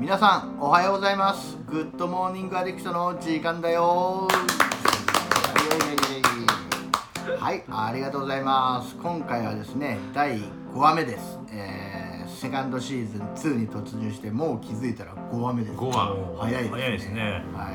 皆さんおはようございますグッドモーニングアディクションの時間だよはいありがとうございます今回はですね第5話目です、えーセカンドシーズン2に突入してもう気づいたら5話目です5話早いですね早いですねはい、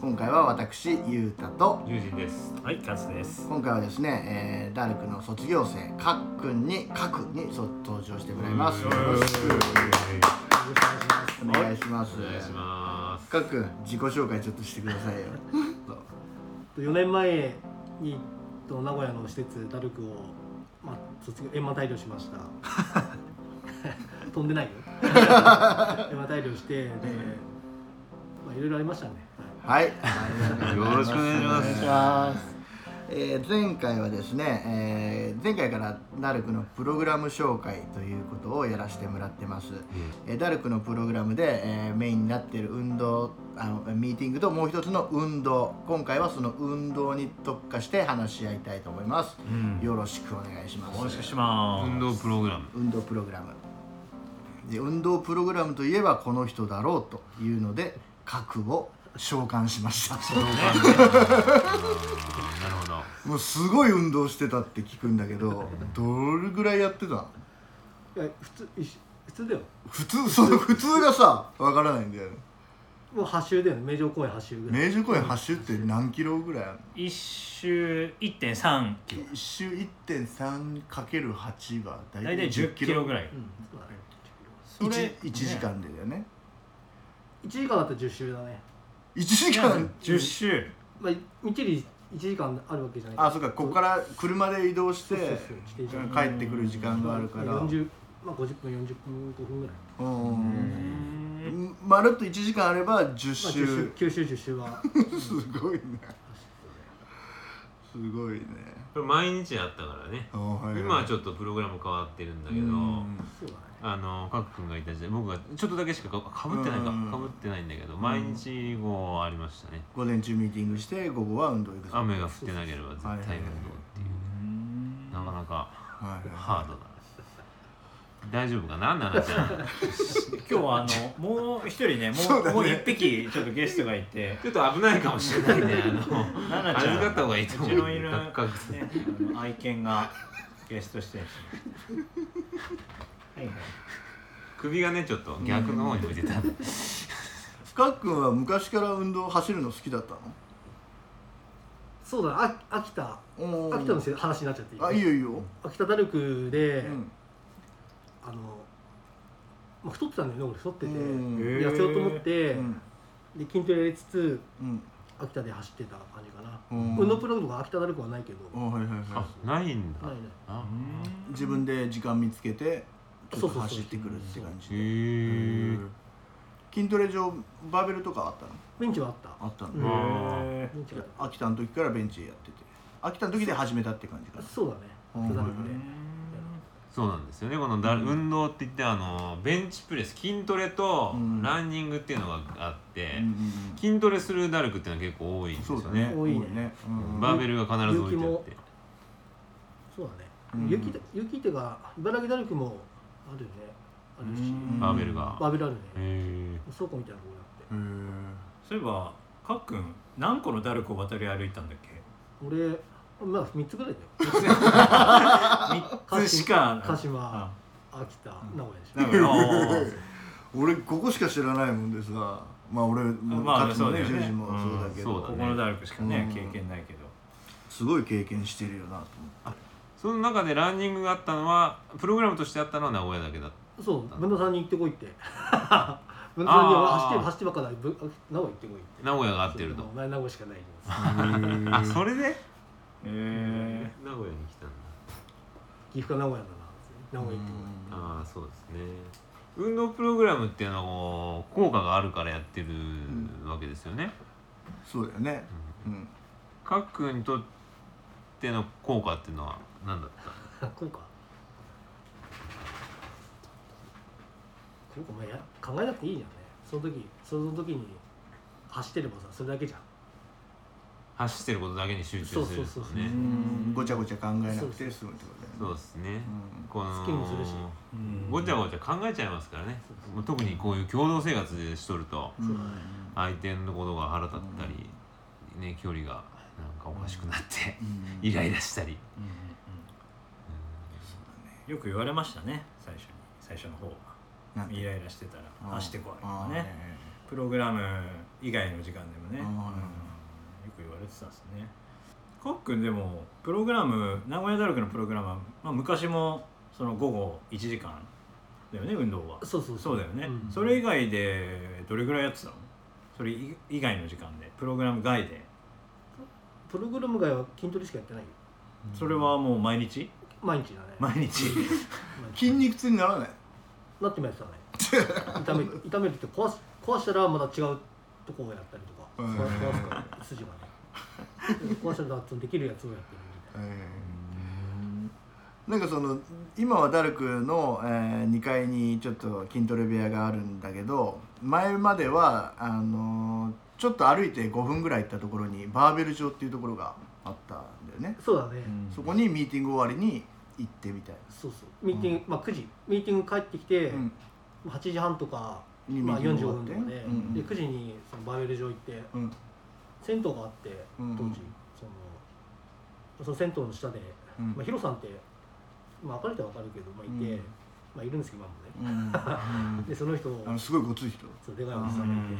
今回は私ゆうたと友人ですはいカズです今回はですね、えー、ダルクの卒業生かっくんにかくにそ登場してもらいますよろしくお願いしますお願いしますかっくん自己紹介ちょっとしてください よ4年前にと名古屋の施設ダルクを、まあ、卒業円満退場しました飛んでないよ円満退場してで、まあ、いろいろありましたね、はいよよろしくお願いしますえー前回はですね、えー前回からダルクのプログラム紹介ということをやらせてもらってます、えーダルクのプログラムで、えーメインになっている運動あのミーティングともう一つの運動今回はその運動に特化して話し合いたいと思います、んよろしくお願いしますよろしくします運動プログ ラム運動プログラムで運動プログラムといえばこの人だろうというので核を召喚しましたなるほどもうすごい運動してたって聞くんだけどどれぐらいやってたのはい、いや普通いし普通だよ普通その普通がさわからないんだよねもう8周だよね名城公園8周ぐらい明治公園走って何キロぐらいあるの一周1.3キロ一周 1.3×8 は大大体10キロぐらいうんそうだねそれ 1, 時間でだよね1時間だったら10周だね、 1時いや間10周まあ、みっちり1時間あるわけじゃないあそっかここから車で移動してそうそうそう自転帰ってくる時間があるから40、まあ、50分40分5分ぐらい、うんまるっと1時間あれば10まあ、周10周9周10周はすごいねすごいねこれ毎日やったからねあはいはい今はちょっとプログラム変わってるんだけどうんそうだねあのカク君がいた時代僕がちょっとだけしかかかぶってないかうんかぶってないんだけど毎日こうありましたね午前中ミーティングして午後は運動行くぞ雨が降ってなければ絶対運動っていうなかなかはいはいハードだ大丈夫かななん なちゃん今日はあのもう一人ねもそううだねもう一匹ちょっとゲストがいてちょっと危ないかもしれないね。 あの、奈々ちゃん預かった方がいいと思うちの犬、ねかっかく、あの愛犬がゲスト出演しました首がね、ちょっと逆の方に向いてた。深くんは昔から運動走るの好きだったそうだねあ秋田の秋田のせ話になっちゃっていいあいいよいいよ秋田ダルクで、うんあの、まあ、太ってたんだよね俺太ってて、うんへ痩せようと思って、うんで筋トレやりつつうん秋田で走ってた感じかな、うん運動プログラムが秋田ダルクはないけど、あはいはいはあ、ないんだ。ないねあい自分で時間見つけてちょそっうとそうそ走うってくるって感へじでえ。筋トレ場バーベルとかあったのベンチはあったあったうのんあへベンチはあった秋田の時からベンチでやってて秋田の時で始めたって感じかなそうだね秋田ダルクうで、そうなんですよね。このだ、運動って言って、あの、ベンチプレス、筋トレとうんランニングっていうのがあって。うんうん筋トレするダルクっていうのは結構多いんうんですそようだねね。多いねうんバーベルが必ず置いてあって。そうだね、うん雪だ雪っていうか茨城ダルクもあるよねあるし、うんバーベルが。バーベルあるね、へ倉庫みたいなところがあってへーそういえばかっくん何個のダルクを渡り歩いたんだっけ俺まあ3つぐらいだよ 3つしか鹿島あ秋田ん名古屋でしょ名古屋あー 俺ここしか知らないもんでさまあ俺もまあ勝つもねそうだよジュねジュもそうだけど、うんここのダルクしかね経験ないけどすごい経験してるよなと思ってその中でランニングがあったのはプログラムとしてあったのは名古屋だけだったそう文田さんに行ってこいって 文田さんには走ってる走ってばっかだぶ名古屋行ってこいって名古屋が合ってるとお前名古屋しかないよあそれでへえ名古屋に来たんだ岐阜か名古屋だな名古屋行ってこああそうですね運動プログラムっていうのはこう効果があるからやってるわけですよね、そうだよねうんカックにとっての効果っていうのは何だったいこうかこうかお前や考えなくていいじゃんねその時その時に走ってればさそれだけじゃん走ってることだけに集中するんですそうそうそうねうんごちゃごちゃ考えなくて済むってことだよねそうですねうんこの好きもするしうんごちゃごちゃ考えちゃいますからねもう特にこういう共同生活でしとるとうん相手のことが腹立ったりね距離がなんかおかしくなってうんイライラしたりうんうんうんよく言われましたね最初に最初の方なんはかイライラしてたら走ってこいとあかーねプログラム以外の時間でもね、あーうんよく言われてたんですねコックンでもプログラム名古屋大学のプログラムは、まあ、昔もその午後1時間だよね運動はそうそうそうだよね、うんそれ以外でどれぐらいやってたのそれ以以外の時間でプログラム外でプログラム外は筋トレしかやってないよそれはもう毎日毎日だね毎毎日日筋肉痛にならないなってもやってたね痛め痛めるって壊す壊したらまた違うとこをやったりとかう壊んす壊すから筋がね壊したら脱できるやつをやってるみたないんかその今はダルクの、え2階にちょっと筋トレ部屋があるんだけど前まではあのーちょっと歩いて5分ぐらい行ったところにバーベル場っていうところがあったんだよねなそうだね、そこにミーティング終わりに行ってみたいそうそうミーティング、まあ9時ミーティング帰ってきて、な、うん8時半とか、にまあ、ミーティング45分とかで,、終わってで9時にそのバーベル場行ってうん銭湯があってう当ん時、そのその銭湯の下で、うんまあ、ヒロさんって、まあ、別れては分かるけど、まあ、いて、うんまあ、いるんですけど今もねうんう んでその人あのすごいごつい人そうでかいおじさんがいて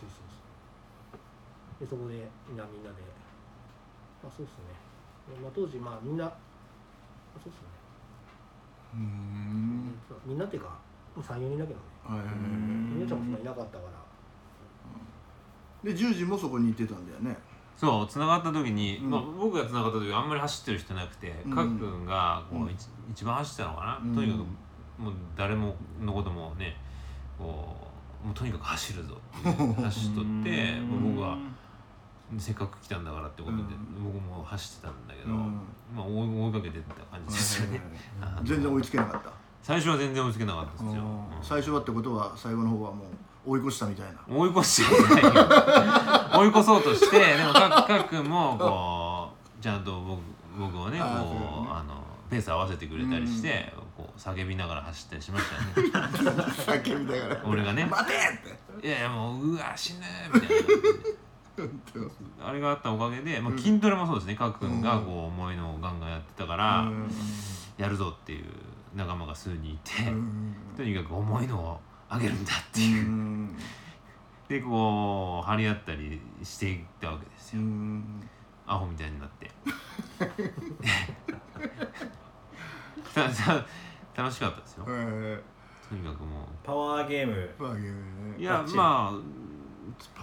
そうそうそうでそこでみんなみんなでまあそうっすね、まあ、当時まあみんなそうっすね、うんそうみんなっていうか34人だけどねはいはいはいみなちゃんもそんないなかったからで10時もそこに行ってたんだよねそう繋がった時に、うんまあ、僕が繋がった時あんまり走ってる人いなくて、うんかっくんがこう、うん一一番走ってたのかな、うんとにかくもう誰ものこともねこうもうとにかく走るぞっていう走 っとって僕はせっかく来たんだからってことで、うん僕も走ってたんだけど、うんまあ、追い追いかけてった感じですよね、 あ の全然追いつけなかった最初は全然追いつけなかったですよ、うん最初はってことは最後の方はもう追い越したみたいな追い越してないよ 追い越そうとしてでもかかっくんもこうちゃんと僕僕をねこうあーそうだねあのペース合わせてくれたりして、こう叫びながら走ったりしましたね 叫びながら俺が ね待て!」っていやいやもううわ死ぬみたいなあれがあったおかげで、まあ、筋トレもそうですねかっくんがこう重いのをガンガンやってたから、やるぞっていう仲間が数人いて、とにかく重いのをあげるんだっていう、でこう張り合ったりしていったわけですよ、アホみたいになって たた楽しかったですよとにかくもパワーゲームういバやッチリまあ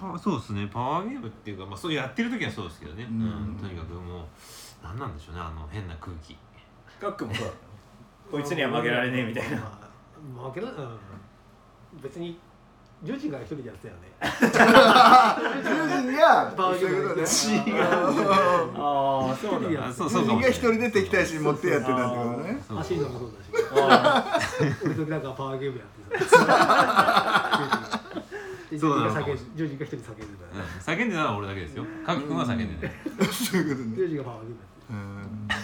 パワーそうですねパワーゲームっていうか、まあ、そうやってる時はそうですけどね、うんうんとにかくもう何なんでしょうねあの変な空気ガックもそうだったのこいつには負けられねえみたいなまあ負けられうん別に10時から一人でやってたよねああそうだいやなあそうそうか人もしがれな一人でい敵対心持ってやってたってことねそう走るのもそうあだし俺となんかパワーゲームやっ てさでそうな10の時がかも叫んし10時が一人叫んでうん叫んでたのは俺だけですよかっくんは叫んでないそういうことねた10時がパワーゲームやってた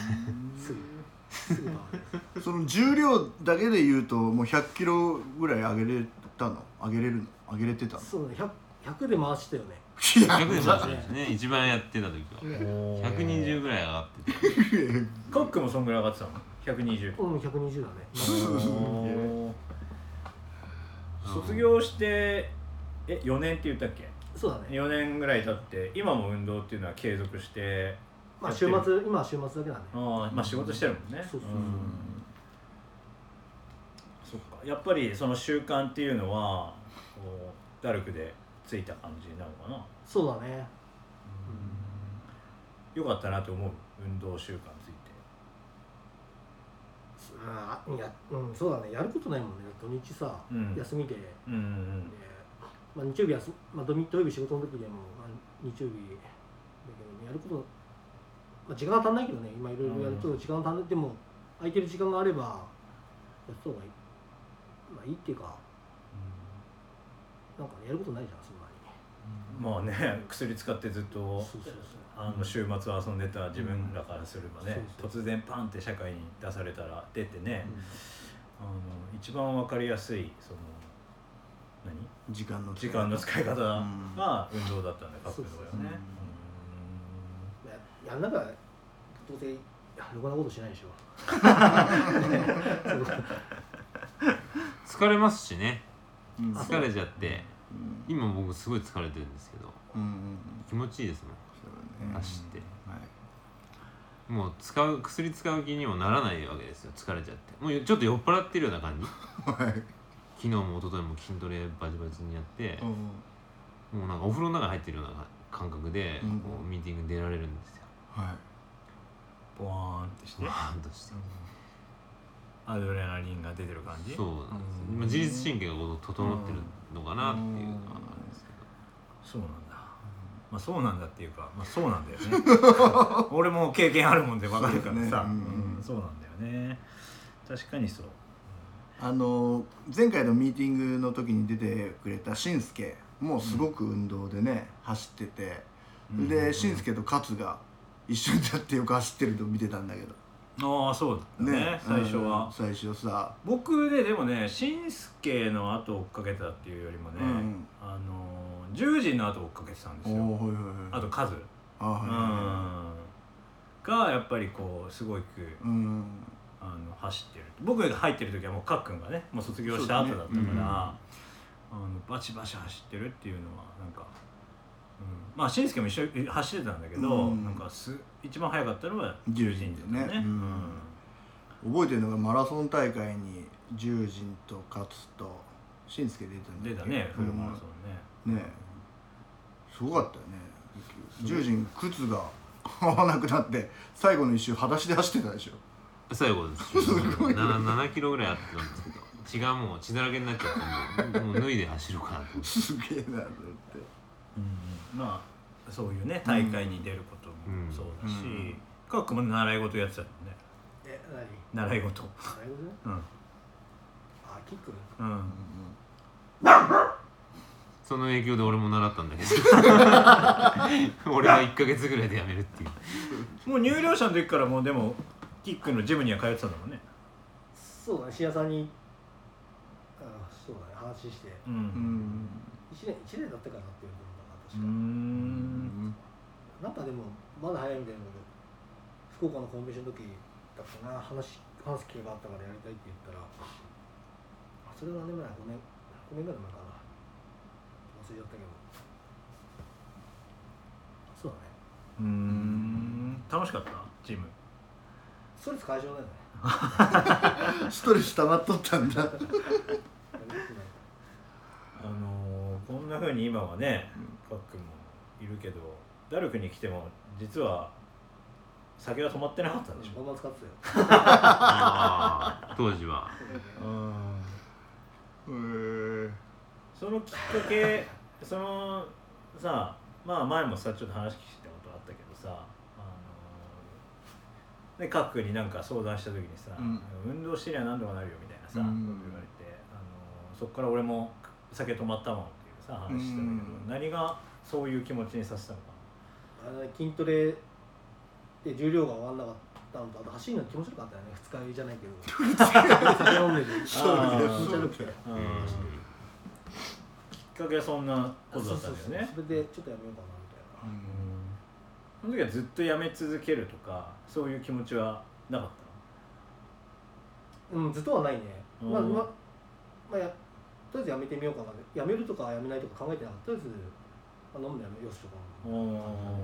すぐすぐパワーゲームその重量だけで言うともう100キロぐらい上げれたの上げれるの上げれてたのそうね 100, 100で回したよねいや100でもそうですね一番やってた時は120ぐらい上がっててコックもそんぐらい上がってたの120 うん120だね、おー卒業してえ4年って言ったっけそうだね4年ぐらい経って今も運動っていうのは継続してまあ週末今は週末だけだねああまあ仕事してるもんねそうそうそうそっかやっぱりその習慣っていうのはこうダルクでついた感じなのかなそうだねよかったなと思う運動習慣ついてあいやうんそうだねやることないもんね土日さ、うん休みでうんうんでまあ、日曜日休、まあ、土日土曜日仕事の時でも、まあ、日曜日だけど、ね、やること、まあ、時間が足んないけどね今いろいろやると時間が足んないでも空いてる時間があればやった方がいいまあいいっていうかなんか、ね、やることないじゃんそんなにまあね薬使ってずっとそうそうそうあの週末は遊んでた自分らからすればね、そう突然パンって社会に出されたら出てね、うんあの一番わかりやすいその何時間の時間の使い方うんが運動だったんだ書くのそうそうがね。ややんなかどうせやろくなことしないで しょそう疲れますしねうんあ疲れちゃってうん今僕すごい疲れてるんですけどうんうん気持ちいいですもんそうだね走ってはいもう使う薬使う気にもならないわけですよ疲れちゃってもうちょっと酔っ払ってるような感じはい昨日も一昨日も筋トレバチバチにやって、うんもうなんかお風呂の中に入ってるような感覚で、うんこうミーティング出られるんですよはいポワーンってしてわ、ーンとして、アドレナリンが出てる感じ。そうなんです、うんまあ自律神経がこう整ってるのかなっていうのはあるんですけど、そうなんだ。まあそうなんだっていうか、まあそうなんだよね。 俺も経験あるもんでわかるからそうださ、ねうんうんそうなんだよね。確かにそう。あの前回のミーティングの時に出てくれたしんすけもすごく運動でね、走ってて、でしんすけと勝が一緒になってよく走ってるのを見てたんだけどああそうだね最初うはん。最初さ僕ねでもね、しんすけの後を追っかけたっていうよりもね、うんあの十時の後を追っかけてたんでおすーよ。はいはいはあいと数、あはうん、がやっぱりこうすごくいはいうんあの走ってる僕が入ってる時はもうかっくんがねもう卒業した後だったから、そうだねうんあのバチバチ走ってるっていうのはなんか、うん、まあしんすけも一緒に走ってたんだけど、うんなんかす一番速かったのは10 10人人だよだねよねうん覚えてるのがマラソン大会に十人と勝としんすけ出たんうん、だっ出けたねフルマラソンねねえすごかったよね十人靴が合わなくなって最後の一周裸足で走ってたでしょ最後 ですよ 7, 7キロぐらいあってたんですけど血がもう血だらけになっちゃったんでもう脱いで走ろうかなと思ってすげえなと思ってうんまあそういうね大会に出ることもそうだし、うんかっくんも習い事やってたもんねえ何習い事なるほどねうんあキックうんその影響で俺も習ったんだけ ど俺は1ヶ月ぐらいでやめる っていうもう入寮者の時からもうでもキックのジムには通ってたんだもんねそうだね、シアさんにあそうだね、話してううんん一年一年だったかなっていうことうだな、確か、んなんかでも、まだ早いみたいなので福岡のコンビニの時だったかな話話す機会があったからやりたいって言ったらあそれは何年前5年5年ぐらい前かな忘れちゃったけどそうだねうん楽しかったジムストレス 解消だよねストレス溜まっとったんだあのーこんなふうに今はねパックもいるけどダルクに来ても実は酒は止まってなかったんでしバょンバン使ってたよああ当時はうんへーそのきっかけそのさまあ前もさちょっと話聞いたことあったけどさあのでカックになんか相談した時にさ、うん運動してりゃ何とかなるよみたいなさ、うんこと言われてあのそっから俺も酒止まったもんっていうさ話してたんだけど、うん何がそういう気持ちにさせたのかあの筋トレで重量が終わんなかったのとあと走るの気持ちよかったよね二日酔いじゃないけど酒飲んでてそうだあねー気持ちそう悪だくてねな、うんきっかけはそんなことだったんだよねそうそうそうそれでちょっとやめようかなみたいなその時はずっとやめ続けるとかそういう気持ちはなかったうんずっとはないね、まあうんまあまあやとりあえずやめてみようかなやめるとかやめないとか考えてなかったとりあえず、まあ、飲んでやめよしとかの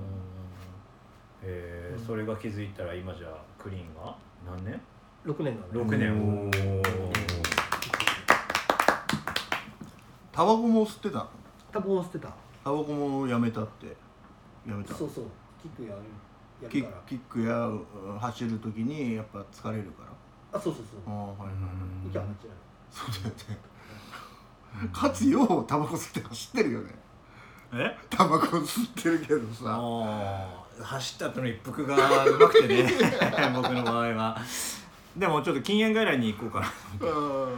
へえ、うんそれが気づいたら今じゃあクリーンが何年6年だね6年おーおータバコも吸ってたのタバコも吸ってたタバコもやめたってやめたそうそうキックやるやキるッからキックやうん走る時にやっぱ疲れるからあそうそうそあうあはいはいはい息上がっちゃうそうだよね勝つようタバコ吸って走ってるよねえタバコ吸ってるけどさあー走った後の一服がうまくてね僕の場合はでもちょっと禁煙外来に行こうかなうん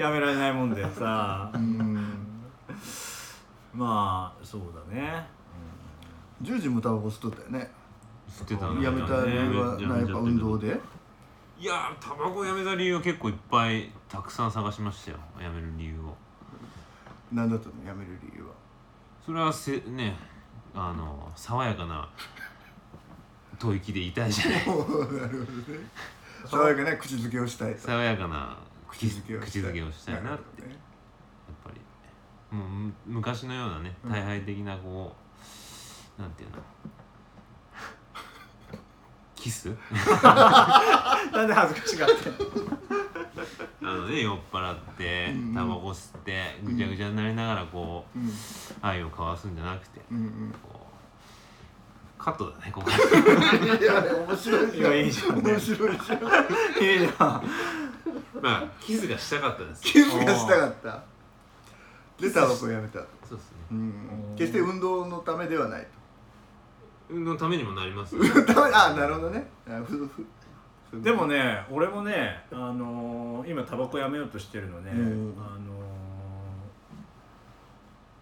やめられないもんでさうんまあそうだね、 10時もタバコ吸っとったよね吸ってたやんだよねめた理由はなやっぱ運動でいやータバコやめた理由は結構いっぱいたくさん探しましたよやめる理由を何だったのやめる理由 はそれはせねあの爽やかな吐息でいたいじゃない 爽やかな口づけをしたい爽やかな口づけを口づけをしたいなってやっるぱりもうむ昔のようなねうん大敗的なこう、なんていうのキス ほどねなんで恥ずかしがってんのなので酔っ払ってうんうんタバコ吸ってぐちゃぐちゃになりながらこううん愛を交わすんじゃなくてうんこうカットだねこ こうんいや面白いじゃんいやいいじゃんね面 白いじゃんいいじゃんまあキスがしたかったですキスがしたかったでタバコをやめたそうですねうん決して運動のためではない運動のためにもなりますよと ためあなるほどねあふふふでもね俺もね、あのー今タバコやめようとしてるのね、うんあのー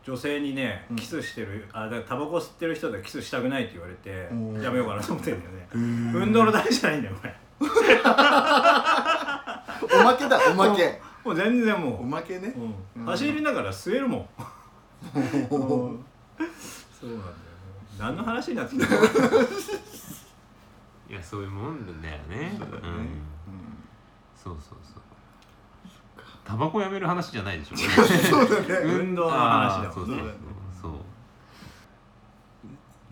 女性にねうんキスしてる、あだからタバコ吸ってる人でキスしたくないって言われてうんやめようかなと思ってるんだよね運運動のためじゃないんだよこれおまけだおまけもう全然もうおまけねうんうん走りながら吸えるもん、うんそうなんだよね何の話になってきたのいやそういうもんだよねそうだよねうんうんそうそうそうタバコやめる話じゃないでし ょそうだね運動の話だあーそもうんそうねそうそ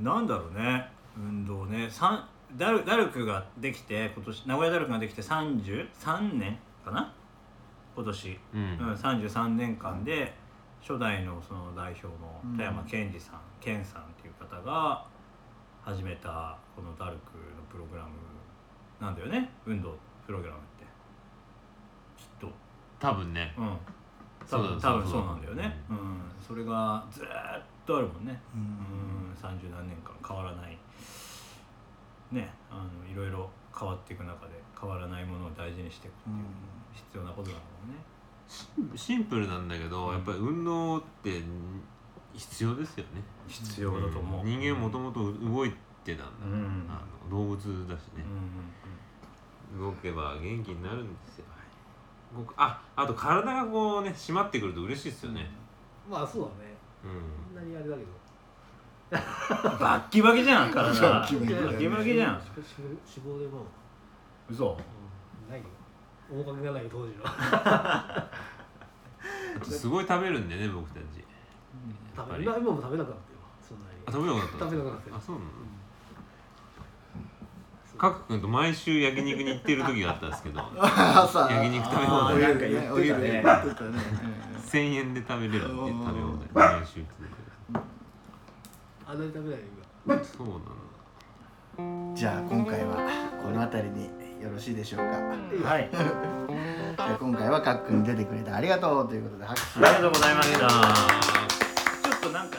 うなんだろうね運動ねさんダルダルクができて今年名古屋ダルクができて33年かな今年、うんうん、33年間で初代のその代表の田山健二さん、健さんっていう方が始めたこのダルクのプログラムなんだよね運動プログラムってきっと多分ねうん多そうだ分多分そそううだなんだよね、うんそれがずーっとあるもんねうん三十何年間変わらないねあのいろいろ変わっていく中で変わらないものを大事にしていくっていう必要なことだもんねシンプルなんだけど、うんやっぱり運動って必要ですよね必要だと思う、ん人間もとももと動いてたんうだ、ん、うんあの動物だしねうん、動けば元気になるんですよ動くああと体がこうね締まってくると嬉しいですよねまあそうだねうん、そんなにあれだけどバッキバキじゃん体バッキバキだよねバキバキじゃん脂肪脂肪でもう、嘘うん、ないよ面影がないよ当時のあとすごい食べるんでね僕たちやっ食ぱべり今あ今も食べなくなってよそんなに食べなくなった食べなくなってあそうなのそうかくくんと毎週焼肉に行ってる時があったんですけど朝焼肉食べ放あ題ーなんか言ってたねお昼言ってたね1000円で食べれるって食べ放題毎週行ってあんなに食べないよ今たけどそうなのうんじゃあ今回はこの辺りによろしいでしょうかはいじゃあ今回はかっくん出てくれてありがとうということで拍手ありがとうございましたちょっとなんか